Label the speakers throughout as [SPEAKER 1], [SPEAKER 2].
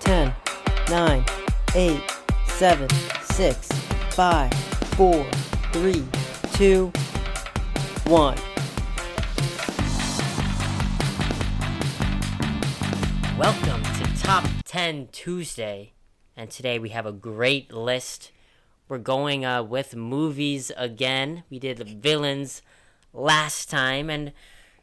[SPEAKER 1] 10, 9, 8, 7, 6, 5, 4, 3, 2, 1. Welcome to Top 10 Tuesday, and today we have a great list. We're going uh, with movies again. We did the villains last time, and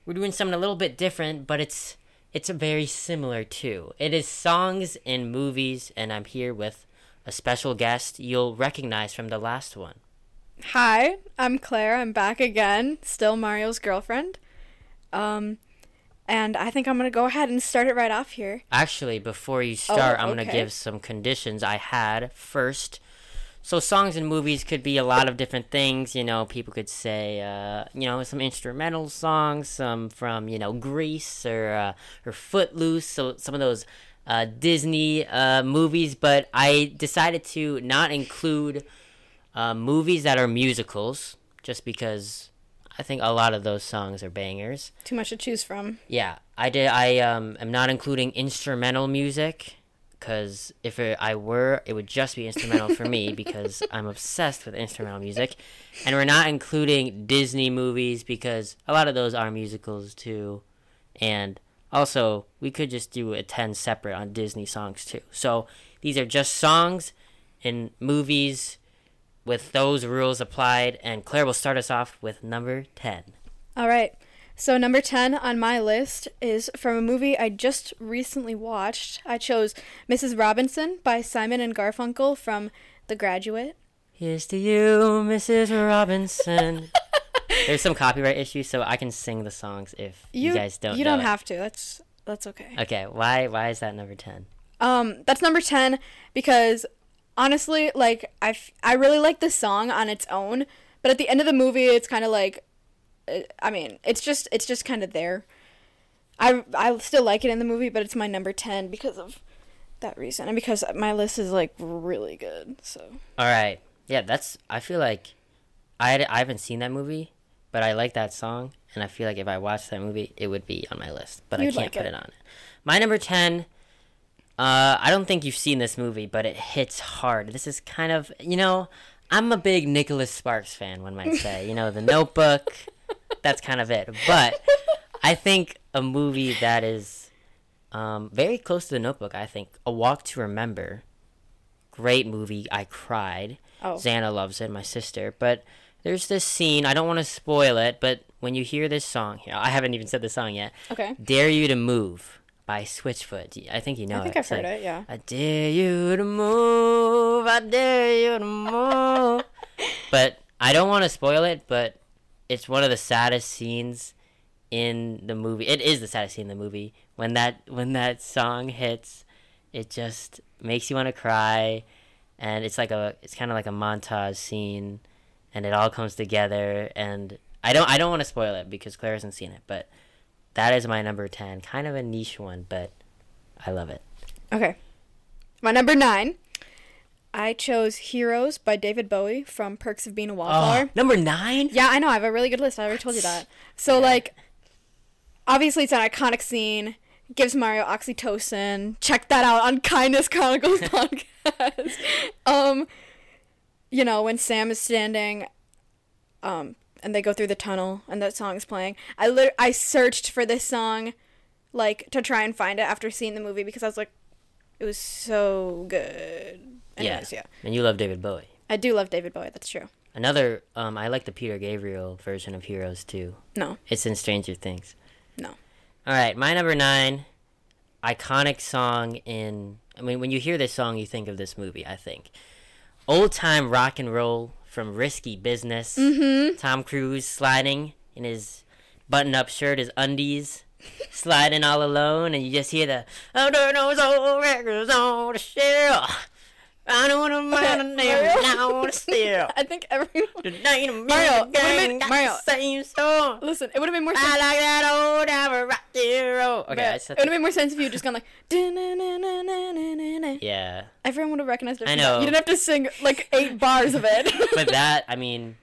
[SPEAKER 1] we're doing something a little bit different, but it's it's very similar too. It is songs in movies, and I'm here with a special guest you'll recognize from the last one.
[SPEAKER 2] Hi, I'm Claire. I'm back again, still Mario's girlfriend. Um, and I think I'm gonna go ahead and start it right off here.
[SPEAKER 1] Actually, before you start, I'm going to
[SPEAKER 2] okay.
[SPEAKER 1] give some conditions I had first. So, songs and movies could be a lot of different things. You know, people could say, uh, you know, some instrumental songs, some from, you know, Grease or, uh, or Footloose. So, some of those uh, Disney uh, movies. But I decided to not include uh, movies that are musicals just because I think a lot of those songs are bangers.
[SPEAKER 2] Too much to choose from.
[SPEAKER 1] Yeah, I did. I um, am not including instrumental music because if it, I were, it would just be instrumental for me because I'm obsessed with instrumental music. And we're not including Disney movies because a lot of those are musicals too. And also, we could just do a 10 separate on Disney songs too. So these are just songs and movies with those rules applied. And Claire will start us off with number 10.
[SPEAKER 2] All right. So number ten on my list is from a movie I just recently watched. I chose Mrs. Robinson by Simon and Garfunkel from The Graduate.
[SPEAKER 1] Here's to you, Mrs. Robinson. There's some copyright issues, so I can sing the songs if you, guys don't.
[SPEAKER 2] you
[SPEAKER 1] know
[SPEAKER 2] don't
[SPEAKER 1] it.
[SPEAKER 2] have to. That's that's okay.
[SPEAKER 1] Okay, why why is that number ten?
[SPEAKER 2] Um, that's number ten because honestly, like I, f- I really like the song on its own, but at the end of the movie, it's kind of like, uh, I mean, it's just it's just kind of there. I I still like it in the movie, but it's my number ten because of that reason and because my list is like really good. So
[SPEAKER 1] All right, yeah, that's. I feel like I had- I haven't seen that movie, but I like that song, and I feel like if I watched that movie, it would be on my list, but I
[SPEAKER 2] You'd
[SPEAKER 1] can't
[SPEAKER 2] like
[SPEAKER 1] put
[SPEAKER 2] it.
[SPEAKER 1] it. on it. My number ten. Uh, I don't think you've seen this movie, but it hits hard. This is kind of you know, I'm a big Nicholas Sparks fan. One might say, you know, The Notebook. that's kind of it, but. I think a movie that is um, very close to The Notebook. I think A Walk to Remember, great movie. I cried.
[SPEAKER 2] Oh.
[SPEAKER 1] Xana loves it, my sister. But there's this scene. I don't want to spoil it, but when you hear this song, here I haven't even said the song yet.
[SPEAKER 2] okay,
[SPEAKER 1] Dare You to Move by Switchfoot. I think you know
[SPEAKER 2] I think
[SPEAKER 1] it.
[SPEAKER 2] I've
[SPEAKER 1] It's
[SPEAKER 2] heard
[SPEAKER 1] like,
[SPEAKER 2] it. Yeah,
[SPEAKER 1] I dare you to move. I dare you to move. but I don't want to spoil it, but it's one of the saddest scenes in the movie. It is the saddest scene in the movie when that when that song hits. It just makes you want to cry, and it's like a it's kind of like a montage scene, and it all comes together. And I don't I don't want to spoil it because Claire hasn't seen it, but that is my number ten. Kind of a niche one, but I love it.
[SPEAKER 2] okay. My number nine, I chose Heroes by David Bowie from Perks of Being a Wallflower.
[SPEAKER 1] Oh, number nine?
[SPEAKER 2] Yeah, I know. I have a really good list. I already told you that. So like, obviously, it's an iconic scene. Gives Mario oxytocin. Check that out on Kindness Chronicles podcast. Um, you know when Sam is standing, um, and they go through the tunnel, and that song's playing. I lit- I searched for this song, like to try and find it after seeing the movie because I was like, it was so good. Anyways, yeah.
[SPEAKER 1] And you love David Bowie.
[SPEAKER 2] I do love David Bowie. That's true.
[SPEAKER 1] Another, um, I like the Peter Gabriel version of Heroes too.
[SPEAKER 2] No,
[SPEAKER 1] It's in Stranger Things.
[SPEAKER 2] no.
[SPEAKER 1] All right, my number nine, iconic song in. I mean, when you hear this song, you think of this movie. I think, old time rock and roll from Risky Business.
[SPEAKER 2] Mm-hmm.
[SPEAKER 1] Tom Cruise sliding in his button up shirt, his undies, sliding all alone, and you just hear the "Oh, under those old records on the shelf. I don't want to
[SPEAKER 2] Okay,
[SPEAKER 1] mind a
[SPEAKER 2] Mario.
[SPEAKER 1] name now to steal.
[SPEAKER 2] I think everyone.
[SPEAKER 1] The name of
[SPEAKER 2] Mario,
[SPEAKER 1] the
[SPEAKER 2] wait a minute,
[SPEAKER 1] gang got
[SPEAKER 2] Mario.
[SPEAKER 1] the same song.
[SPEAKER 2] Listen, it would have been more.
[SPEAKER 1] I
[SPEAKER 2] sense-
[SPEAKER 1] like that old time rock and roll. Okay, I
[SPEAKER 2] Yeah,
[SPEAKER 1] just
[SPEAKER 2] it
[SPEAKER 1] have
[SPEAKER 2] would have made more sense if you just gone like. "Da-na-na-na-na-na-na."
[SPEAKER 1] Yeah.
[SPEAKER 2] Everyone would have recognized it.
[SPEAKER 1] I
[SPEAKER 2] from that.
[SPEAKER 1] know.
[SPEAKER 2] You didn't have to sing like eight bars of it.
[SPEAKER 1] But that, I mean,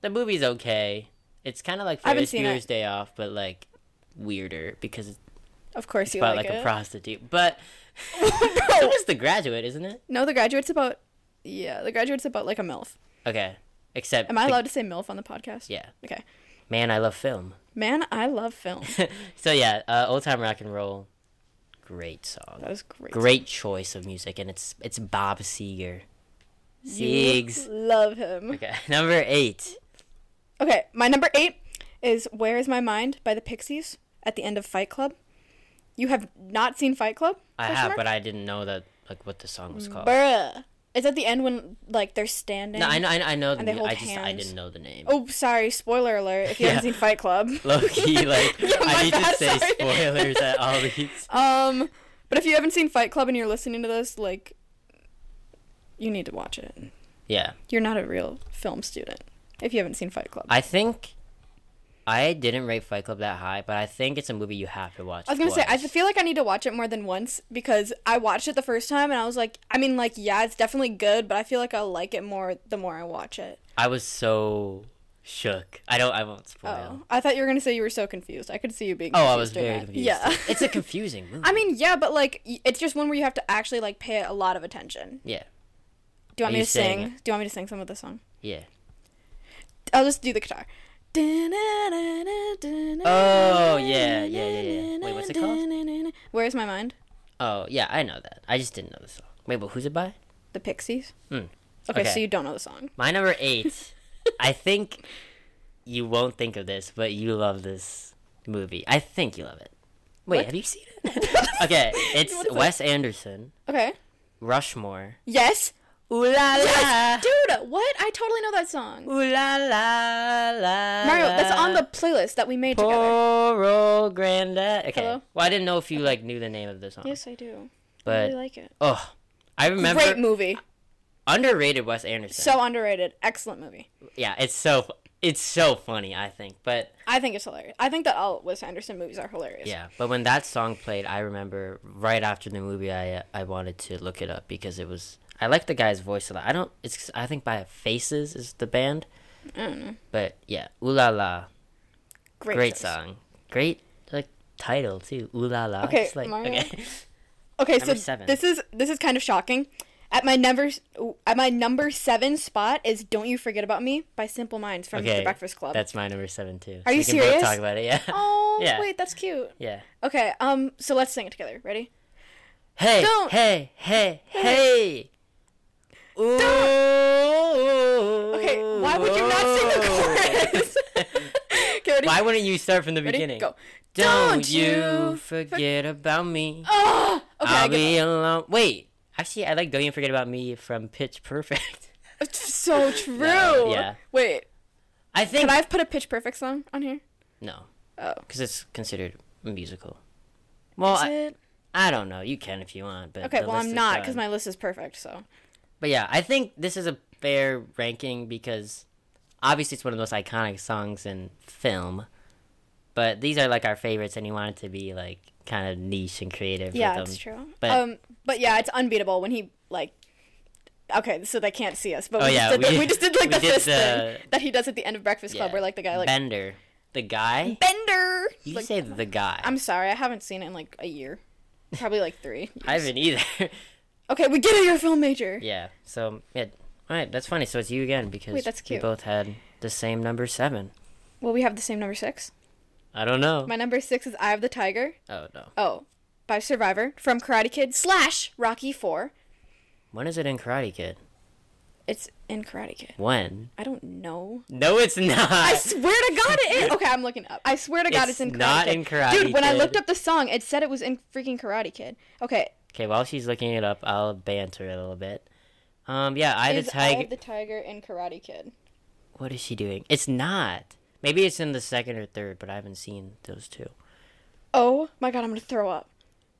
[SPEAKER 1] the movie's okay. It's kind of like
[SPEAKER 2] I haven't
[SPEAKER 1] Ferris
[SPEAKER 2] seen it.
[SPEAKER 1] Bueller's Day Off, but like weirder because it's
[SPEAKER 2] of course, you
[SPEAKER 1] about
[SPEAKER 2] like,
[SPEAKER 1] like
[SPEAKER 2] it.
[SPEAKER 1] a prostitute. But so was the graduate, isn't it?
[SPEAKER 2] No, the graduate's about yeah, the graduate's about like a MILF.
[SPEAKER 1] Okay. Except
[SPEAKER 2] Am I
[SPEAKER 1] the-
[SPEAKER 2] allowed to say MILF on the podcast?
[SPEAKER 1] Yeah.
[SPEAKER 2] Okay.
[SPEAKER 1] Man, I love film.
[SPEAKER 2] Man, I love film.
[SPEAKER 1] so yeah, uh, old time rock and roll, great song,
[SPEAKER 2] That was great.
[SPEAKER 1] great choice of music, and it's it's Bob Seger.
[SPEAKER 2] You
[SPEAKER 1] Siegs.
[SPEAKER 2] Love him.
[SPEAKER 1] Okay, number eight.
[SPEAKER 2] Okay, my number eight is Where Is My Mind by the Pixies at the end of Fight Club. You have not seen Fight Club?
[SPEAKER 1] I
[SPEAKER 2] Question
[SPEAKER 1] have,
[SPEAKER 2] mark?
[SPEAKER 1] but I didn't know that like what the song was called.
[SPEAKER 2] Bruh. It's at the end when like they're standing.
[SPEAKER 1] no, I know, I know, I know the
[SPEAKER 2] And they
[SPEAKER 1] mu-
[SPEAKER 2] hold
[SPEAKER 1] I just I
[SPEAKER 2] hands.
[SPEAKER 1] didn't know the name.
[SPEAKER 2] Oh, sorry, spoiler alert if you haven't
[SPEAKER 1] Yeah.
[SPEAKER 2] seen Fight Club.
[SPEAKER 1] Low key, like
[SPEAKER 2] Yeah, my
[SPEAKER 1] I need
[SPEAKER 2] bad,
[SPEAKER 1] to say
[SPEAKER 2] sorry.
[SPEAKER 1] spoilers at all these.
[SPEAKER 2] Um, but if you haven't seen Fight Club and you're listening to this, like, you need to watch it.
[SPEAKER 1] Yeah,
[SPEAKER 2] You're not a real film student if you haven't seen Fight Club. I,
[SPEAKER 1] I think I didn't rate Fight Club that high, but I think it's a movie you have to watch.
[SPEAKER 2] was gonna say I
[SPEAKER 1] twice.
[SPEAKER 2] feel like I need to watch it more than once because I watched it the first time and I was like, I mean, like, yeah, it's definitely good, but I feel like I'll like it more the more I watch it.
[SPEAKER 1] I was so shook. I don't. I won't
[SPEAKER 2] Oh,
[SPEAKER 1] spoil.
[SPEAKER 2] I thought you were gonna say you were so confused. I could see you being.
[SPEAKER 1] Oh, I was
[SPEAKER 2] during
[SPEAKER 1] very
[SPEAKER 2] that.
[SPEAKER 1] confused.
[SPEAKER 2] Yeah,
[SPEAKER 1] it's a confusing movie.
[SPEAKER 2] I mean, yeah, but like, y- it's just one where you have to actually like pay a lot of attention.
[SPEAKER 1] yeah,
[SPEAKER 2] Do you
[SPEAKER 1] Are
[SPEAKER 2] want me
[SPEAKER 1] you
[SPEAKER 2] to sing?
[SPEAKER 1] saying
[SPEAKER 2] Do you want me to sing some of the song?
[SPEAKER 1] yeah.
[SPEAKER 2] I'll just do the guitar.
[SPEAKER 1] Oh, yeah, yeah, yeah, yeah. Wait, what's it called?
[SPEAKER 2] Where's my mind?
[SPEAKER 1] Oh, yeah. I know that. I just didn't know the song. Wait, but who's it by?
[SPEAKER 2] The Pixies.
[SPEAKER 1] Hmm.
[SPEAKER 2] Okay, so
[SPEAKER 1] Okay.
[SPEAKER 2] you don't know the song.
[SPEAKER 1] My number eight. I think you won't think of this, but you love this movie. I think you love it. Wait,
[SPEAKER 2] What?
[SPEAKER 1] have you seen it? okay, it's
[SPEAKER 2] What is it?
[SPEAKER 1] Wes Anderson,
[SPEAKER 2] Okay.
[SPEAKER 1] Rushmore.
[SPEAKER 2] Yes.
[SPEAKER 1] Ooh la Ah.
[SPEAKER 2] Yes, dude. What? I totally know that song.
[SPEAKER 1] Ooh la la la.
[SPEAKER 2] Mario, that's on the playlist that we made together.
[SPEAKER 1] Poor old granddad. Okay.
[SPEAKER 2] Hello?
[SPEAKER 1] Well, I didn't know if you like knew the name of the song,
[SPEAKER 2] Yes, I do. I
[SPEAKER 1] but
[SPEAKER 2] really like it.
[SPEAKER 1] oh, I remember
[SPEAKER 2] Great movie.
[SPEAKER 1] underrated Wes Anderson.
[SPEAKER 2] So underrated. Excellent movie.
[SPEAKER 1] yeah, it's so it's so funny. I think, but
[SPEAKER 2] I think it's hilarious. I think that all Wes Anderson movies are hilarious.
[SPEAKER 1] yeah, but when that song played, I remember right after the movie, I uh, I wanted to look it up because it was I like the guy's voice a lot. I don't. It's I think by Faces is the band,
[SPEAKER 2] I don't know.
[SPEAKER 1] but yeah, ooh la la,
[SPEAKER 2] Great,
[SPEAKER 1] great,
[SPEAKER 2] choice.
[SPEAKER 1] song, great like title too, ooh la la.
[SPEAKER 2] Okay,
[SPEAKER 1] It's like,
[SPEAKER 2] Mario.
[SPEAKER 1] okay.
[SPEAKER 2] Okay, so
[SPEAKER 1] Number seven.
[SPEAKER 2] this is this is kind of shocking. At my number at my number seven spot is "Don't You Forget About Me" by Simple Minds from The
[SPEAKER 1] Okay,
[SPEAKER 2] Breakfast Club.
[SPEAKER 1] That's my number seven too.
[SPEAKER 2] Are you
[SPEAKER 1] we can both
[SPEAKER 2] serious?
[SPEAKER 1] talk about it. Yeah.
[SPEAKER 2] oh
[SPEAKER 1] yeah.
[SPEAKER 2] wait, that's cute.
[SPEAKER 1] Yeah.
[SPEAKER 2] Okay, um, so let's sing it together. Ready?
[SPEAKER 1] Hey,
[SPEAKER 2] Don't-
[SPEAKER 1] hey, hey, hey. Ooh.
[SPEAKER 2] Okay, why would you not sing
[SPEAKER 1] Oh.
[SPEAKER 2] the chorus? okay, ready?
[SPEAKER 1] Why wouldn't you start from the
[SPEAKER 2] ready?
[SPEAKER 1] beginning?
[SPEAKER 2] Go.
[SPEAKER 1] Don't,
[SPEAKER 2] Don't you
[SPEAKER 1] you forget about me.
[SPEAKER 2] Oh, okay, I
[SPEAKER 1] I'll
[SPEAKER 2] get
[SPEAKER 1] be alone. Wait, actually, I like Don't You Forget About Me from Pitch Perfect.
[SPEAKER 2] it. It's so true.
[SPEAKER 1] yeah.
[SPEAKER 2] Wait,
[SPEAKER 1] I think.
[SPEAKER 2] can I have put a Pitch Perfect song on here?
[SPEAKER 1] No,
[SPEAKER 2] Oh,
[SPEAKER 1] because it's considered a musical. Well,
[SPEAKER 2] is
[SPEAKER 1] I,
[SPEAKER 2] it?
[SPEAKER 1] I don't know. You can if you want, but
[SPEAKER 2] Okay,
[SPEAKER 1] the
[SPEAKER 2] well
[SPEAKER 1] list
[SPEAKER 2] I'm
[SPEAKER 1] is
[SPEAKER 2] not
[SPEAKER 1] done.
[SPEAKER 2] because my list is perfect. So
[SPEAKER 1] But yeah, I think this is a fair ranking because obviously it's one of the most iconic songs in film. But these are like our favorites, and you want it to be like kind of niche and creative.
[SPEAKER 2] yeah,
[SPEAKER 1] with them.
[SPEAKER 2] that's true.
[SPEAKER 1] But
[SPEAKER 2] um, but yeah, it's unbeatable when he like. Okay, so they can't see us, but
[SPEAKER 1] Oh,
[SPEAKER 2] we,
[SPEAKER 1] yeah,
[SPEAKER 2] just did the,
[SPEAKER 1] we-
[SPEAKER 2] we just did like the
[SPEAKER 1] we did
[SPEAKER 2] fist
[SPEAKER 1] the-
[SPEAKER 2] thing that he does at the end of Breakfast Club,
[SPEAKER 1] Yeah.
[SPEAKER 2] where like the guy like
[SPEAKER 1] Bender, the guy,
[SPEAKER 2] Bender.
[SPEAKER 1] you
[SPEAKER 2] Like,
[SPEAKER 1] say the guy.
[SPEAKER 2] I'm sorry, I haven't seen it in like a year, probably like three.
[SPEAKER 1] I haven't either.
[SPEAKER 2] Okay, we get it. You're a film major.
[SPEAKER 1] yeah. So yeah. All right, that's funny. So it's you again because
[SPEAKER 2] Wait, that's
[SPEAKER 1] we
[SPEAKER 2] cute.
[SPEAKER 1] both had the same number seven.
[SPEAKER 2] Well, we have the same number six.
[SPEAKER 1] I don't know.
[SPEAKER 2] My number six is "Eye of the Tiger."
[SPEAKER 1] oh no.
[SPEAKER 2] Oh, by Survivor from Karate Kid slash Rocky Four.
[SPEAKER 1] When is it in Karate Kid?
[SPEAKER 2] It's in Karate Kid.
[SPEAKER 1] When?
[SPEAKER 2] I don't know.
[SPEAKER 1] No, it's not.
[SPEAKER 2] I swear to God, it is. Okay, I'm looking up. I swear to God, it's,
[SPEAKER 1] It's
[SPEAKER 2] in Karate
[SPEAKER 1] not
[SPEAKER 2] Kid.
[SPEAKER 1] in Karate
[SPEAKER 2] Dude, when I
[SPEAKER 1] Kid.
[SPEAKER 2] looked up the song, it said it was in freaking Karate Kid. Okay,
[SPEAKER 1] Okay, while she's looking it up, I'll banter it a little bit. Um, yeah, I the
[SPEAKER 2] is Eye
[SPEAKER 1] tiger.
[SPEAKER 2] of the Tiger in Karate Kid?
[SPEAKER 1] What is she doing? It's not. Maybe it's in the second or third, but I haven't seen those two.
[SPEAKER 2] Oh my God, I'm gonna throw up.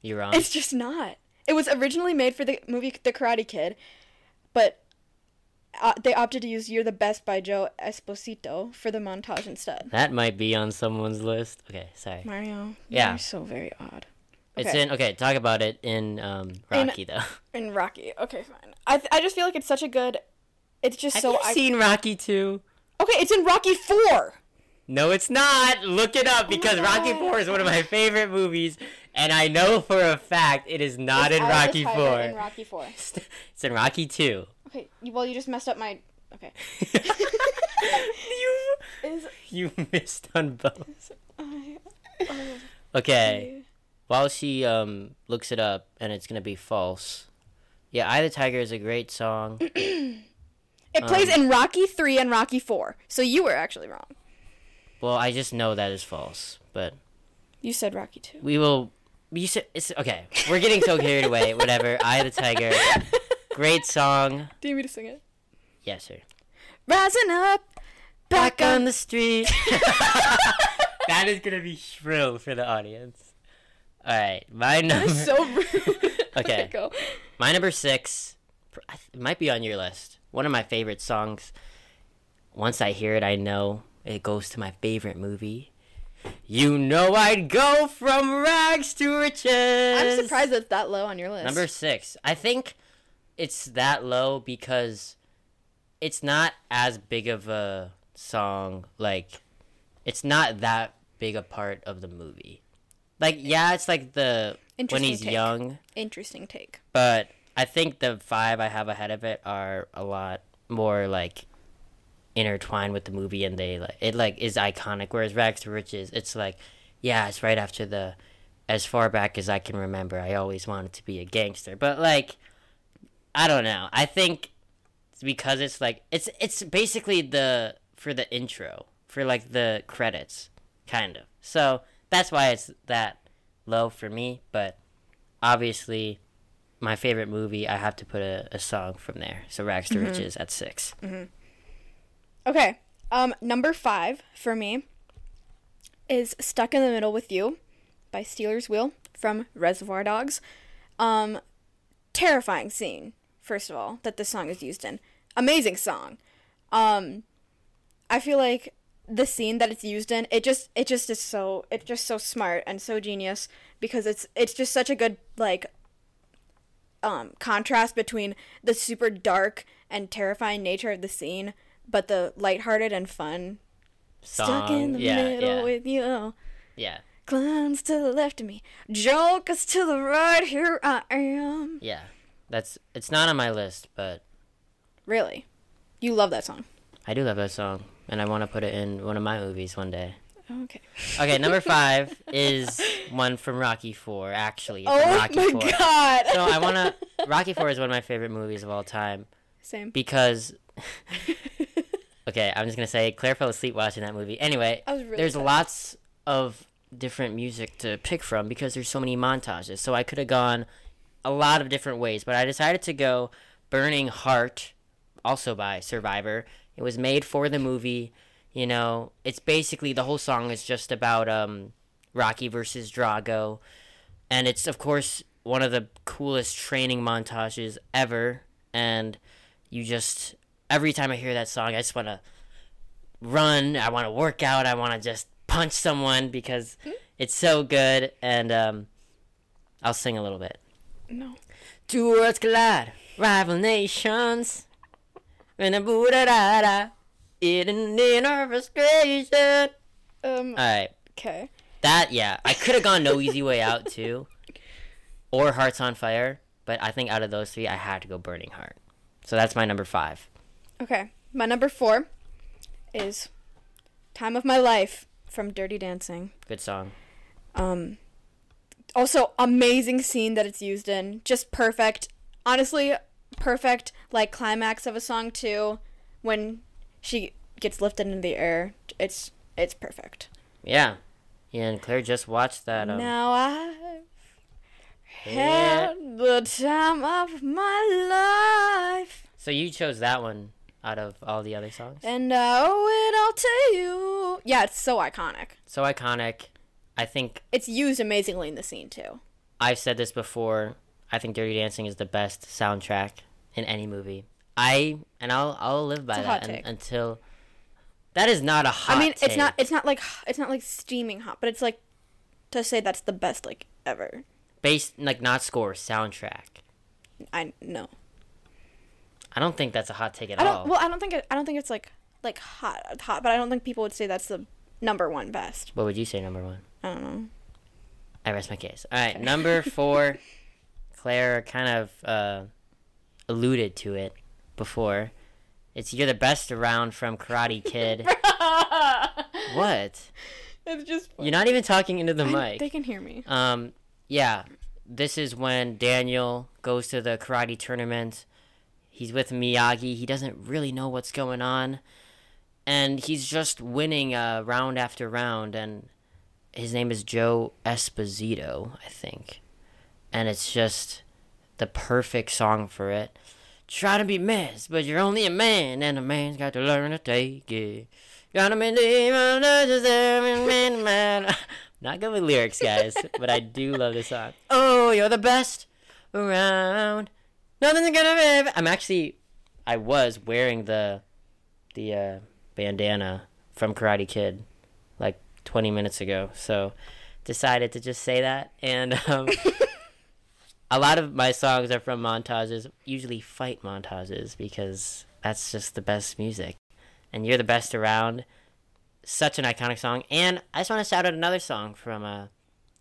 [SPEAKER 1] You're wrong.
[SPEAKER 2] It's just not. It was originally made for the movie The Karate Kid, but uh, they opted to use "You're the Best" by Joe Esposito for the montage instead.
[SPEAKER 1] That might be on someone's list. Okay, sorry.
[SPEAKER 2] Mario,
[SPEAKER 1] Yeah.
[SPEAKER 2] you're so very odd.
[SPEAKER 1] It's in. Okay, talk about it in um Rocky though.
[SPEAKER 2] in Rocky. Okay, fine. I th- I just feel like it's such a good. It's just so.
[SPEAKER 1] Have you
[SPEAKER 2] I-
[SPEAKER 1] seen Rocky two?
[SPEAKER 2] okay, it's in Rocky Four.
[SPEAKER 1] No, it's not. Look it up because Rocky
[SPEAKER 2] Oh God.
[SPEAKER 1] four is one of my favorite movies, and I know for a fact it is not
[SPEAKER 2] It's
[SPEAKER 1] in
[SPEAKER 2] Irish
[SPEAKER 1] Rocky
[SPEAKER 2] Piper
[SPEAKER 1] Four.
[SPEAKER 2] In Rocky Four.
[SPEAKER 1] it's in Rocky Two.
[SPEAKER 2] Okay. you- Well, you just messed up my. Okay.
[SPEAKER 1] you
[SPEAKER 2] Is
[SPEAKER 1] you missed on both.
[SPEAKER 2] I.
[SPEAKER 1] Okay, while she um looks it up, and it's gonna be false. Yeah, "I the Tiger" is a great song. um,
[SPEAKER 2] It plays in Rocky Three and Rocky Four. So you were actually wrong.
[SPEAKER 1] well, I just know that is false, but
[SPEAKER 2] You said Rocky Two.
[SPEAKER 1] we will. You said it's okay. We're getting so carried away. Whatever. "I the Tiger," great song.
[SPEAKER 2] Do you want me to sing it?
[SPEAKER 1] Yes, sir.
[SPEAKER 2] Rising up,
[SPEAKER 1] Back on the street. that is gonna be shrill for the audience. All right, my
[SPEAKER 2] That
[SPEAKER 1] number.
[SPEAKER 2] is so rude.
[SPEAKER 1] Okay.
[SPEAKER 2] go.
[SPEAKER 1] My number six, pr- I th- it might be on your list. One of my favorite songs. Once I hear it, I know it goes to my favorite movie. You know I'd go from rags to riches.
[SPEAKER 2] I'm surprised that's that low on your list.
[SPEAKER 1] Number six. I think it's that low because it's not as big of a song. Like, it's not that big a part of the movie. Like, yeah, it's like the when
[SPEAKER 2] Interesting
[SPEAKER 1] he's
[SPEAKER 2] take.
[SPEAKER 1] young
[SPEAKER 2] Interesting take.
[SPEAKER 1] but I think the five I have ahead of it are a lot more like intertwined with the movie, and they like it like is iconic. Whereas Rags to Riches, it's like, yeah, it's right after the as far back as I can remember. I always wanted to be a gangster, but like, I don't know. I think it's because it's like it's it's basically the for the intro for like the credits, kind of. So that's why it's that low for me, but obviously my favorite movie, I have to put a, a song from there. So Rags
[SPEAKER 2] Mm-hmm.
[SPEAKER 1] to Riches at 6
[SPEAKER 2] Mm. Okay. Um, number five for me is Stuck in the Middle with You by Steeler's Wheel from Reservoir Dogs. Um, terrifying scene, first of all, that this song is used in. Amazing song. Um, I feel like the scene that it's used in, it just it just is so it's just so smart and so genius because it's it's just such a good like um, contrast between the super dark and terrifying nature of the scene, but the lighthearted and fun.
[SPEAKER 1] Song.
[SPEAKER 2] Stuck in the
[SPEAKER 1] yeah,
[SPEAKER 2] middle
[SPEAKER 1] yeah,
[SPEAKER 2] with you.
[SPEAKER 1] yeah,
[SPEAKER 2] Clowns to the left of me. Jokers to the right. Here I am.
[SPEAKER 1] yeah. That's it's not on my list, but
[SPEAKER 2] Really? You love that song.
[SPEAKER 1] I do love that song, and I want to put it in one of my movies one day.
[SPEAKER 2] Okay.
[SPEAKER 1] Okay, number five is one from Rocky Four, actually. From
[SPEAKER 2] Oh
[SPEAKER 1] Rocky
[SPEAKER 2] my
[SPEAKER 1] Four.
[SPEAKER 2] god.
[SPEAKER 1] So I want to. Rocky Four is one of my favorite movies of all time
[SPEAKER 2] Same.
[SPEAKER 1] because. okay, I'm just gonna say Claire fell asleep watching that movie. Anyway,
[SPEAKER 2] I was really
[SPEAKER 1] there's
[SPEAKER 2] excited.
[SPEAKER 1] lots of different music to pick from because there's so many montages. So I could have gone a lot of different ways, but I decided to go Burning Heart, also by Survivor. It was made for the movie. You know, it's basically the whole song is just about um, Rocky versus Drago. And it's, of course, one of the coolest training montages ever. And you just, every time I hear that song, I just want to run. I want to work out. I want to just punch someone because it's so good. And um, I'll sing a little bit.
[SPEAKER 2] No.
[SPEAKER 1] Two worlds collide, rival nations. In a Buddha da da, in an inner frustration.
[SPEAKER 2] Um.
[SPEAKER 1] All right,
[SPEAKER 2] Okay.
[SPEAKER 1] that yeah, I could have gone no easy way out too, or hearts on fire. But I think out of those three, I had to go burning heart. So that's my number five.
[SPEAKER 2] Okay. My number four is "Time of My Life" from Dirty Dancing.
[SPEAKER 1] Good song.
[SPEAKER 2] Um, also, amazing scene that it's used in. Just perfect. Honestly, perfect. Like climax of a song too, when she gets lifted into the air. It's it's perfect.
[SPEAKER 1] Yeah, yeah. And Claire just watched that. Um,
[SPEAKER 2] Now I've had the time of my life,
[SPEAKER 1] So you chose that one out of all the other songs.
[SPEAKER 2] and I owe it all to you. Yeah, it's so iconic.
[SPEAKER 1] So iconic. I think
[SPEAKER 2] It's used amazingly in the scene too.
[SPEAKER 1] I've said this before. I think Dirty Dancing is the best soundtrack in any movie. I and I'll I'll live by
[SPEAKER 2] It's a hot
[SPEAKER 1] that un-
[SPEAKER 2] take.
[SPEAKER 1] until that is not a hot.
[SPEAKER 2] I mean, it's not
[SPEAKER 1] take.
[SPEAKER 2] it's not like it's not like steaming hot, but it's like to say that's the best like ever.
[SPEAKER 1] based like not score soundtrack.
[SPEAKER 2] I no.
[SPEAKER 1] I don't think that's a hot take at
[SPEAKER 2] I
[SPEAKER 1] all.
[SPEAKER 2] don't well, I don't think it, I don't think it's like like hot hot, but I don't think people would say that's the number one best.
[SPEAKER 1] what would you say number one?
[SPEAKER 2] I don't know.
[SPEAKER 1] I rest my case. All right, number four. Claire kind of uh, alluded to it before. It's you're the best around from Karate Kid. what?
[SPEAKER 2] It's just
[SPEAKER 1] You're not even talking into the mic.
[SPEAKER 2] They can hear me.
[SPEAKER 1] Um, yeah, this is when Daniel goes to the karate tournament. He's with Miyagi. He doesn't really know what's going on, and he's just winning uh, round after round. And his name is Joe Esposito, I think, and it's just the perfect song for it. Try to be mess, but you're only a man, and a man's got to learn to take it. Gotta be demon, deserving man, man. Not good with lyrics, guys, but I do love this song. Oh, you're the best around. Nothing's gonna ever. I'm actually, I was wearing the, the uh, bandana from Karate Kid, like 20 minutes ago. So, decided to just say that. And um, a lot of my songs are from montages, usually fight montages, because that's just the best music and you're the best around such an iconic song and i just want to shout out another song from uh,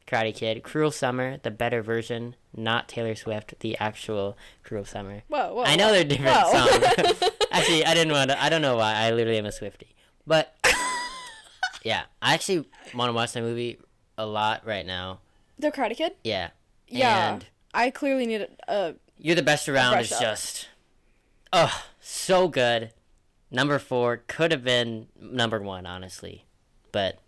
[SPEAKER 1] karate kid cruel summer the better version not taylor swift the actual cruel summer
[SPEAKER 2] Whoa, whoa.
[SPEAKER 1] i know
[SPEAKER 2] whoa.
[SPEAKER 1] they're different
[SPEAKER 2] Whoa.
[SPEAKER 1] songs actually i didn't want to i don't know why i literally am a swifty but yeah i actually want to watch that movie a lot right now
[SPEAKER 2] The Karate Kid.
[SPEAKER 1] yeah
[SPEAKER 2] Yeah.
[SPEAKER 1] and
[SPEAKER 2] I clearly need a. Uh,
[SPEAKER 1] you're the best around
[SPEAKER 2] brush
[SPEAKER 1] is
[SPEAKER 2] up.
[SPEAKER 1] just oh so good. Number four could have been number one, honestly, but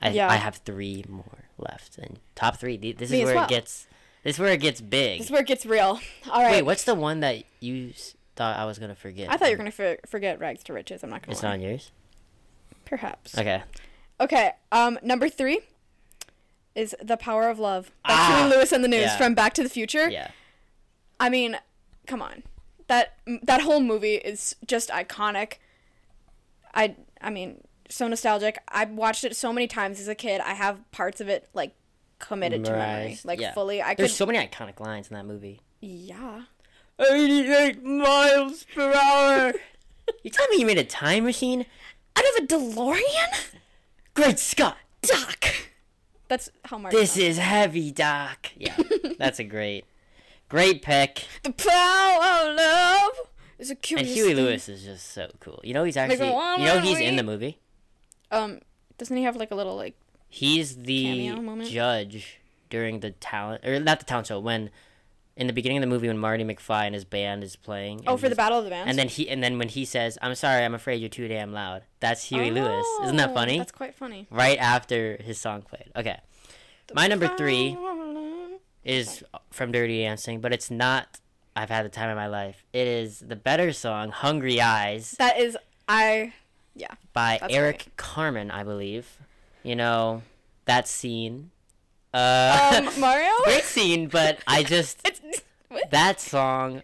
[SPEAKER 1] I
[SPEAKER 2] Yeah.
[SPEAKER 1] I have three more left and top three. th- This is
[SPEAKER 2] Me as
[SPEAKER 1] where
[SPEAKER 2] well.
[SPEAKER 1] it gets. This is where it gets big.
[SPEAKER 2] this is where it gets real. All right.
[SPEAKER 1] Wait, what's the one that you s- thought I was gonna forget?
[SPEAKER 2] I thought you were gonna for- forget Rags to Riches. I'm not gonna.
[SPEAKER 1] It's
[SPEAKER 2] lie.
[SPEAKER 1] not on yours.
[SPEAKER 2] Perhaps.
[SPEAKER 1] Okay.
[SPEAKER 2] Okay. Um, number three is The Power of Love by
[SPEAKER 1] Ah,
[SPEAKER 2] Huey Lewis and the News
[SPEAKER 1] yeah.
[SPEAKER 2] from Back to the Future.
[SPEAKER 1] Yeah.
[SPEAKER 2] I mean, come on, that that whole movie is just iconic. I I mean, so nostalgic. I watched it so many times as a kid. I have parts of it like committed to memory,
[SPEAKER 1] Memorized,
[SPEAKER 2] like
[SPEAKER 1] yeah.
[SPEAKER 2] fully. I could.
[SPEAKER 1] There's so many iconic lines in that movie.
[SPEAKER 2] yeah.
[SPEAKER 1] 88 miles per hour. you telling me you made a time machine?
[SPEAKER 2] Out of a DeLorean,
[SPEAKER 1] Great Scott!
[SPEAKER 2] Doc. That's how Mark.
[SPEAKER 1] This is heavy, Doc. Yeah, that's a great, great pick.
[SPEAKER 2] the power of love is a
[SPEAKER 1] And
[SPEAKER 2] curious.
[SPEAKER 1] Huey
[SPEAKER 2] thing.
[SPEAKER 1] Lewis is just so cool. You know he's actually,
[SPEAKER 2] "Wah,
[SPEAKER 1] you know
[SPEAKER 2] wah,
[SPEAKER 1] he's
[SPEAKER 2] wee."
[SPEAKER 1] in the movie.
[SPEAKER 2] Um, doesn't he have like a little like?
[SPEAKER 1] He's the
[SPEAKER 2] Cameo moment?
[SPEAKER 1] judge during the talent, or not the talent show. When in the beginning of the movie, when Marty McFly and his band is playing.
[SPEAKER 2] Oh,
[SPEAKER 1] and
[SPEAKER 2] for the
[SPEAKER 1] he's-
[SPEAKER 2] Battle of the Bands.
[SPEAKER 1] And then he, and then when he says, "I'm sorry, I'm afraid you're too damn loud," that's Huey Lewis. Isn't that
[SPEAKER 2] Oh,
[SPEAKER 1] funny?
[SPEAKER 2] That's quite funny.
[SPEAKER 1] Right after his song played. Okay, my number
[SPEAKER 2] Oh.
[SPEAKER 1] three. is from Dirty Dancing, but it's not I've had the time of my life. It is the better song, Hungry Eyes,
[SPEAKER 2] That is I. Yeah.
[SPEAKER 1] by
[SPEAKER 2] That's
[SPEAKER 1] Eric Carmen, I believe. You know, that scene.
[SPEAKER 2] Um,
[SPEAKER 1] Uh,
[SPEAKER 2] Mario.
[SPEAKER 1] great scene, but I just,
[SPEAKER 2] It's- what?
[SPEAKER 1] that song,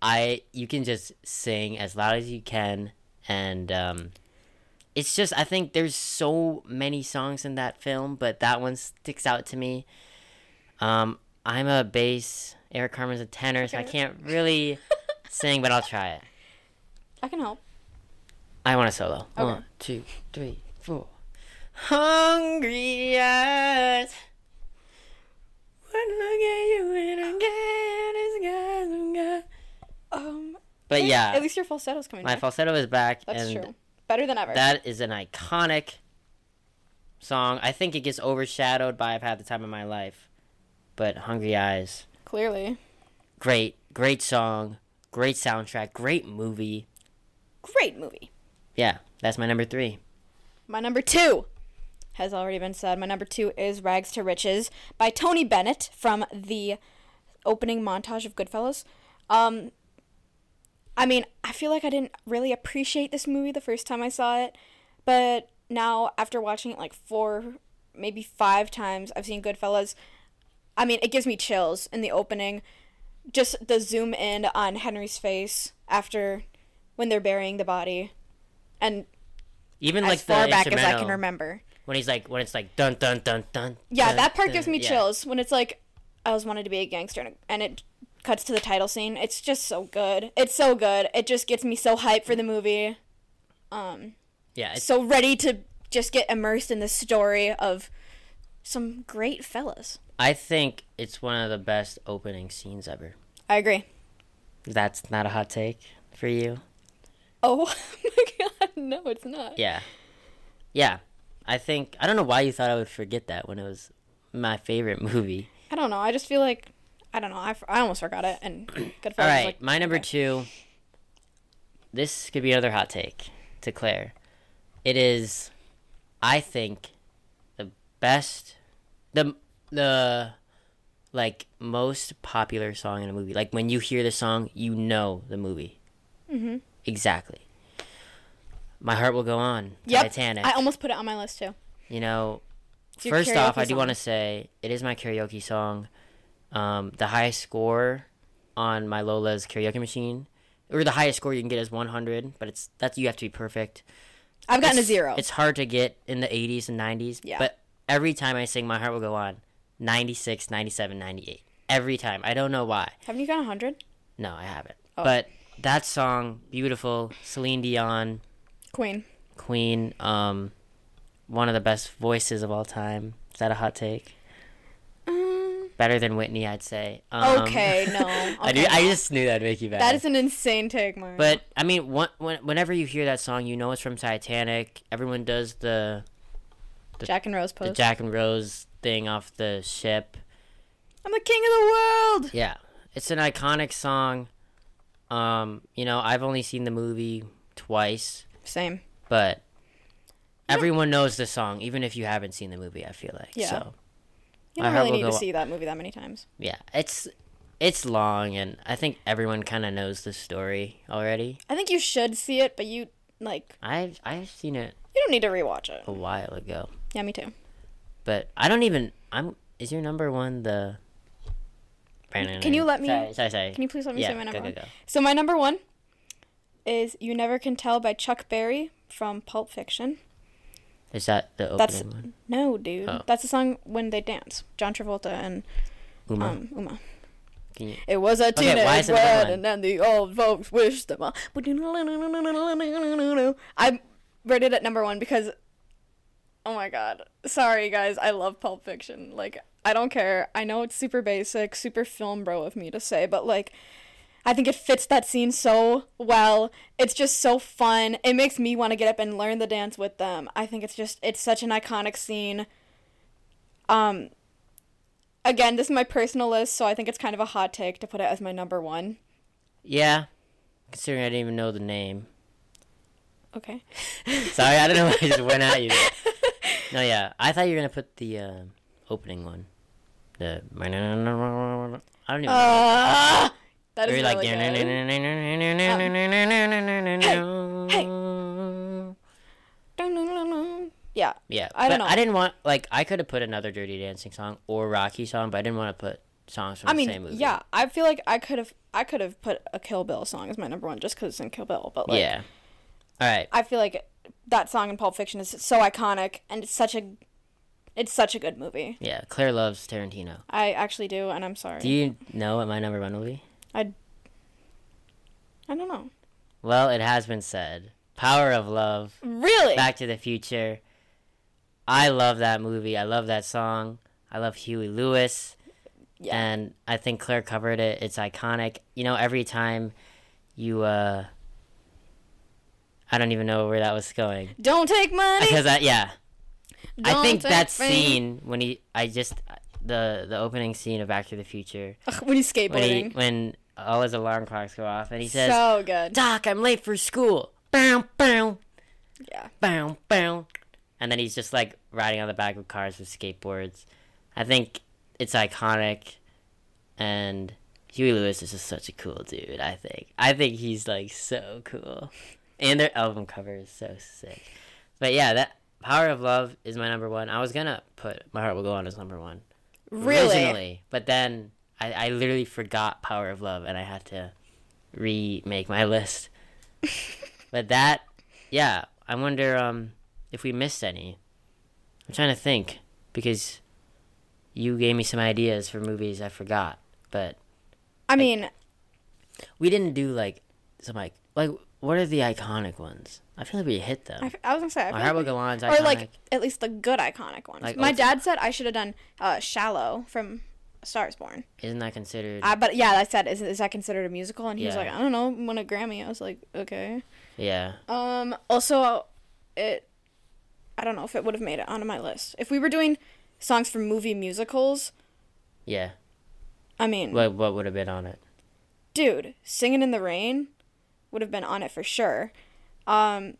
[SPEAKER 1] I, you can just sing as loud as you can. And, um, it's just, I think there's so many songs in that film, but that one sticks out to me. Um, I'm a bass. Eric Carmen's a tenor, so I
[SPEAKER 2] Okay.
[SPEAKER 1] can't really sing, but I'll try it.
[SPEAKER 2] I can help.
[SPEAKER 1] I want a solo. One, two, three, four. Hungry eyes. One look at you and I get this guy's got-
[SPEAKER 2] Um.
[SPEAKER 1] But
[SPEAKER 2] hey, At
[SPEAKER 1] yeah,
[SPEAKER 2] least your falsetto's coming
[SPEAKER 1] my
[SPEAKER 2] back.
[SPEAKER 1] falsetto is back,
[SPEAKER 2] That's
[SPEAKER 1] and
[SPEAKER 2] true. Better than ever.
[SPEAKER 1] that is an iconic song. I think it gets overshadowed by "I've Had the Time of My Life," but "Hungry Eyes."
[SPEAKER 2] Clearly.
[SPEAKER 1] great, great song, great soundtrack, great movie.
[SPEAKER 2] Great movie.
[SPEAKER 1] Yeah, that's my number three.
[SPEAKER 2] My number two has already been said. My number two is Rags to Riches by Tony Bennett from the opening montage of Goodfellas. Um, I mean, I feel like I didn't really appreciate this movie the first time I saw it, but now after watching it like four, maybe five times, I've seen Goodfellas. I mean, it gives me chills in the opening. Just the zoom in on Henry's face after when they're burying the body, and
[SPEAKER 1] Even like
[SPEAKER 2] as far
[SPEAKER 1] the
[SPEAKER 2] back as I
[SPEAKER 1] instrumental,
[SPEAKER 2] can remember.
[SPEAKER 1] when he's like when it's like dun dun dun dun.
[SPEAKER 2] Yeah,
[SPEAKER 1] dun,
[SPEAKER 2] that part
[SPEAKER 1] dun,
[SPEAKER 2] gives me
[SPEAKER 1] yeah.
[SPEAKER 2] chills when it's like I always wanted to be a gangster and- and it cuts to the title scene. It's just so good. It's so good. It just gets me so hyped for the movie. Um
[SPEAKER 1] Yeah, it's,
[SPEAKER 2] so ready to just get immersed in the story of some great fellas.
[SPEAKER 1] I think it's one of the best opening scenes ever.
[SPEAKER 2] I agree.
[SPEAKER 1] That's not a hot take for you.
[SPEAKER 2] Oh my god, no, it's not.
[SPEAKER 1] Yeah. Yeah. I think I don't know why you thought I would forget that when it was my favorite movie.
[SPEAKER 2] I don't know. I just feel like I don't know. I, f- I almost forgot it, and good for
[SPEAKER 1] All right, my number two. This could be another hot take to Claire. It is, I think, the best, the the, like most popular song in a movie. Like when you hear the song, you know the movie. Mm-hmm. Exactly. My heart will go on.
[SPEAKER 2] Yep,
[SPEAKER 1] Titanic.
[SPEAKER 2] I almost put it on my list too.
[SPEAKER 1] You know,
[SPEAKER 2] It's your
[SPEAKER 1] first off, I
[SPEAKER 2] karaoke
[SPEAKER 1] do
[SPEAKER 2] song.
[SPEAKER 1] want to say it is my karaoke song. Um, the highest score on my Lola's karaoke machine, or the highest score you can get is 100, but it's that's you have to be perfect.
[SPEAKER 2] I've gotten
[SPEAKER 1] It's-
[SPEAKER 2] a zero.
[SPEAKER 1] It's hard to get in the 80s and 90s.
[SPEAKER 2] Yeah.
[SPEAKER 1] But every time I sing, my heart will go on. 96, 97, 98. Every time. I don't know why.
[SPEAKER 2] Haven't you gotten a hundred?
[SPEAKER 1] No, I haven't.
[SPEAKER 2] Oh.
[SPEAKER 1] But that song, beautiful. Celine Dion,
[SPEAKER 2] Queen.
[SPEAKER 1] Queen, um, one of the best voices of all time. Is that a hot take?
[SPEAKER 2] Um,
[SPEAKER 1] Better than Whitney, I'd say. Um,
[SPEAKER 2] okay, no.
[SPEAKER 1] I, knew,
[SPEAKER 2] Okay,
[SPEAKER 1] I
[SPEAKER 2] no.
[SPEAKER 1] just knew that'd make you mad.
[SPEAKER 2] That is an insane take, Mario.
[SPEAKER 1] but I mean, one, when, whenever you hear that song, you know it's from Titanic. Everyone does the
[SPEAKER 2] Jack and Rose
[SPEAKER 1] the
[SPEAKER 2] pose.
[SPEAKER 1] Jack and Rose thing off the ship.
[SPEAKER 2] I'm the king of the world.
[SPEAKER 1] Yeah, it's an iconic song. Um, you know, I've only seen the movie twice,
[SPEAKER 2] Same.
[SPEAKER 1] but everyone knows the song, even if you haven't seen the movie. I feel like
[SPEAKER 2] Yeah.
[SPEAKER 1] so.
[SPEAKER 2] You
[SPEAKER 1] My
[SPEAKER 2] don't
[SPEAKER 1] heart
[SPEAKER 2] really
[SPEAKER 1] will
[SPEAKER 2] need to
[SPEAKER 1] go-
[SPEAKER 2] see that movie that many times.
[SPEAKER 1] Yeah, it's it's long, and I think everyone kind of knows the story already.
[SPEAKER 2] I think you should see it, but you like
[SPEAKER 1] I've I've seen it
[SPEAKER 2] you don't need to rewatch it.
[SPEAKER 1] a while ago,
[SPEAKER 2] Yeah, me too.
[SPEAKER 1] but I don't even. I'm. Is your number one the?
[SPEAKER 2] Can you let me-
[SPEAKER 1] Sorry, sorry. sorry.
[SPEAKER 2] Can you please let me
[SPEAKER 1] yeah,
[SPEAKER 2] say my number
[SPEAKER 1] go,
[SPEAKER 2] one?
[SPEAKER 1] go, go.
[SPEAKER 2] So my number one is "You Never Can Tell" by Chuck Berry from Pulp Fiction.
[SPEAKER 1] Is that the opening
[SPEAKER 2] That's-
[SPEAKER 1] one?
[SPEAKER 2] No, dude,
[SPEAKER 1] Oh.
[SPEAKER 2] that's the song when they dance. John Travolta and
[SPEAKER 1] Uma.
[SPEAKER 2] um, Uma.
[SPEAKER 1] Can you-
[SPEAKER 2] It was a
[SPEAKER 1] Okay,
[SPEAKER 2] teenage
[SPEAKER 1] why is it number one?
[SPEAKER 2] wedding, and the old folks wished them all. I rated it number one because, oh my god, sorry guys, I love Pulp Fiction. Like I don't care. I know it's super basic, super film bro of me to say, but like. I think it fits that scene so well. It's just so fun. It makes me want to get up and learn the dance with them. I think it's just it's such an iconic scene. Um again, this is my personal list, so I think it's kind of a hot take to put it as my number one.
[SPEAKER 1] yeah. Considering I didn't even know the name.
[SPEAKER 2] Okay.
[SPEAKER 1] Sorry, I don't know. why I just went at you. No, yeah. I thought you were gonna put the uh, opening one. The. I don't even. know.
[SPEAKER 2] Uh, that
[SPEAKER 1] Or
[SPEAKER 2] is
[SPEAKER 1] you're like,
[SPEAKER 2] really good. Um, Yeah.
[SPEAKER 1] yeah,
[SPEAKER 2] I don't
[SPEAKER 1] but
[SPEAKER 2] know.
[SPEAKER 1] I didn't want like I could have put another Dirty Dancing song or Rocky song, but I didn't want to put songs from
[SPEAKER 2] I
[SPEAKER 1] the
[SPEAKER 2] mean,
[SPEAKER 1] same movie.
[SPEAKER 2] yeah. I feel like I could have I could have put a Kill Bill song as my number one just because it's in Kill Bill, but like
[SPEAKER 1] yeah. All right,
[SPEAKER 2] I feel like that song in Pulp Fiction is so iconic and it's such a it's such a good movie.
[SPEAKER 1] yeah. Claire loves Tarantino.
[SPEAKER 2] I actually do, and I'm sorry.
[SPEAKER 1] Do you know what my number one will be?
[SPEAKER 2] I I don't know.
[SPEAKER 1] Well, it has been said. Power of Love.
[SPEAKER 2] Really?
[SPEAKER 1] Back to the Future. I love that movie. I love that song. I love Huey Lewis.
[SPEAKER 2] Yeah.
[SPEAKER 1] And I think Claire covered it. It's iconic. You know, every time you uh I don't even know where that was going.
[SPEAKER 2] don't take money.
[SPEAKER 1] Because I yeah.
[SPEAKER 2] Don't
[SPEAKER 1] I think
[SPEAKER 2] take
[SPEAKER 1] that
[SPEAKER 2] money.
[SPEAKER 1] scene when he I just the the opening scene of Back to the Future
[SPEAKER 2] Ugh, when he's
[SPEAKER 1] when he,
[SPEAKER 2] skateboarding.
[SPEAKER 1] when all his alarm clocks go off and he says
[SPEAKER 2] so good.
[SPEAKER 1] Doc, I'm late for school. Bow, bow.
[SPEAKER 2] Yeah.
[SPEAKER 1] Bow, bow. And then he's just like riding on the back of cars with skateboards. I think it's iconic. And Huey Lewis is just such a cool dude, I think. I think he's like so cool. And their album cover is so sick. But yeah, that Power of Love is my number one. I was gonna put My Heart Will Go On as number one.
[SPEAKER 2] Really?
[SPEAKER 1] Originally. But then I, I literally forgot Power of Love and I had to remake my list. but that, yeah, I wonder um, if we missed any. I'm trying to think because you gave me some ideas for movies I forgot, but
[SPEAKER 2] I mean,
[SPEAKER 1] we didn't do like some like like what are the iconic ones? I feel like we hit though.
[SPEAKER 2] I, f- I was gonna say, I
[SPEAKER 1] Or
[SPEAKER 2] feel
[SPEAKER 1] how
[SPEAKER 2] like
[SPEAKER 1] about Galan's
[SPEAKER 2] or
[SPEAKER 1] iconic?
[SPEAKER 2] like at least the good iconic ones.
[SPEAKER 1] Like,
[SPEAKER 2] My
[SPEAKER 1] ulti-
[SPEAKER 2] dad said I should have done uh, "Shallow" from A *Star Is Born*.
[SPEAKER 1] Isn't that considered?
[SPEAKER 2] I, but yeah, I said, is, is that considered a musical? And he was
[SPEAKER 1] Yeah.
[SPEAKER 2] like, I don't know, won a Grammy. I was like, okay.
[SPEAKER 1] yeah.
[SPEAKER 2] Um. Also, it. I don't know if it would have made it onto my list if we were doing songs from movie musicals.
[SPEAKER 1] Yeah.
[SPEAKER 2] I mean,
[SPEAKER 1] What what would have been on it?
[SPEAKER 2] dude, "Singing in the Rain" would have been on it for sure. Um,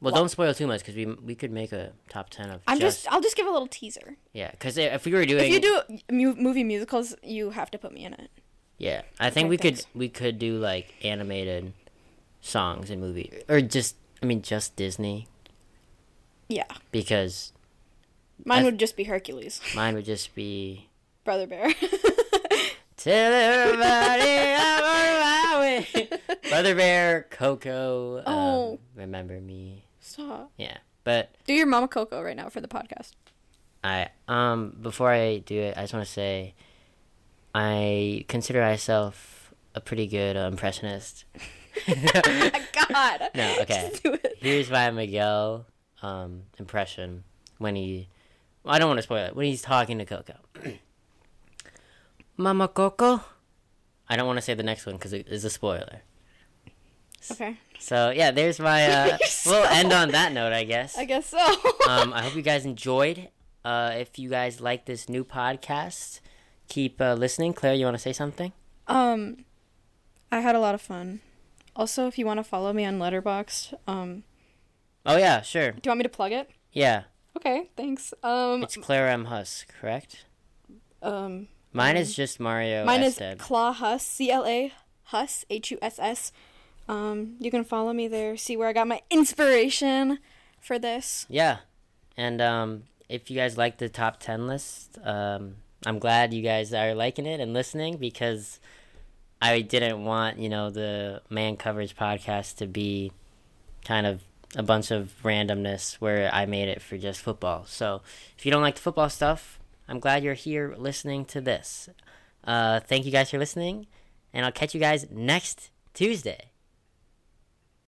[SPEAKER 1] Well, don't spoil too much because we we could make a top ten of.
[SPEAKER 2] I'm
[SPEAKER 1] just,
[SPEAKER 2] just, I'll just give a little teaser.
[SPEAKER 1] yeah. Because if we were doing
[SPEAKER 2] If you do mu- movie musicals, you have to put me in it.
[SPEAKER 1] yeah, I think
[SPEAKER 2] Okay,
[SPEAKER 1] we could
[SPEAKER 2] thanks.
[SPEAKER 1] we could do like animated songs and movie or just I mean just Disney
[SPEAKER 2] Yeah,
[SPEAKER 1] because
[SPEAKER 2] mine
[SPEAKER 1] I-
[SPEAKER 2] would just be Hercules,
[SPEAKER 1] mine would just be
[SPEAKER 2] Brother Bear.
[SPEAKER 1] Tell everybody I'm on my way. Brother Bear, Coco, um,
[SPEAKER 2] Oh.
[SPEAKER 1] remember me.
[SPEAKER 2] Stop.
[SPEAKER 1] Yeah, but
[SPEAKER 2] Do your Mama Coco right now for the podcast.
[SPEAKER 1] I um before I do it, I just want to say I consider myself a pretty good uh, impressionist.
[SPEAKER 2] God.
[SPEAKER 1] No, okay.
[SPEAKER 2] Just do it.
[SPEAKER 1] Here's my Miguel um impression when he well, I don't want to spoil it. When he's talking to Coco. Mama Coco. I don't want to say the next one cuz it is a spoiler.
[SPEAKER 2] Okay.
[SPEAKER 1] So, yeah, there's my uh
[SPEAKER 2] You're
[SPEAKER 1] we'll
[SPEAKER 2] so-
[SPEAKER 1] end on that note, I guess.
[SPEAKER 2] I guess so.
[SPEAKER 1] um, I hope you guys enjoyed. Uh, if you guys like this new podcast, keep uh, listening. Claire, you want to say something?
[SPEAKER 2] um, I had a lot of fun. Also, if you want to follow me on Letterboxd, um,
[SPEAKER 1] Oh yeah, sure.
[SPEAKER 2] do you want me to plug it?
[SPEAKER 1] Yeah,
[SPEAKER 2] Okay, thanks. Um,
[SPEAKER 1] it's Claire M Huss, correct?
[SPEAKER 2] um,
[SPEAKER 1] Mine is just Mario.
[SPEAKER 2] mine is
[SPEAKER 1] Estad.
[SPEAKER 2] Claw Huss, C L A Huss, H U S S. Um, you can follow me there, see where I got my inspiration for this.
[SPEAKER 1] yeah, and um, if you guys like the top ten list, um, I'm glad you guys are liking it and listening because I didn't want you know the man coverage podcast to be kind of a bunch of randomness where I made it for just football. So if you don't like the football stuff, I'm glad you're here listening to this. Uh, thank you guys for listening, and I'll catch you guys next Tuesday.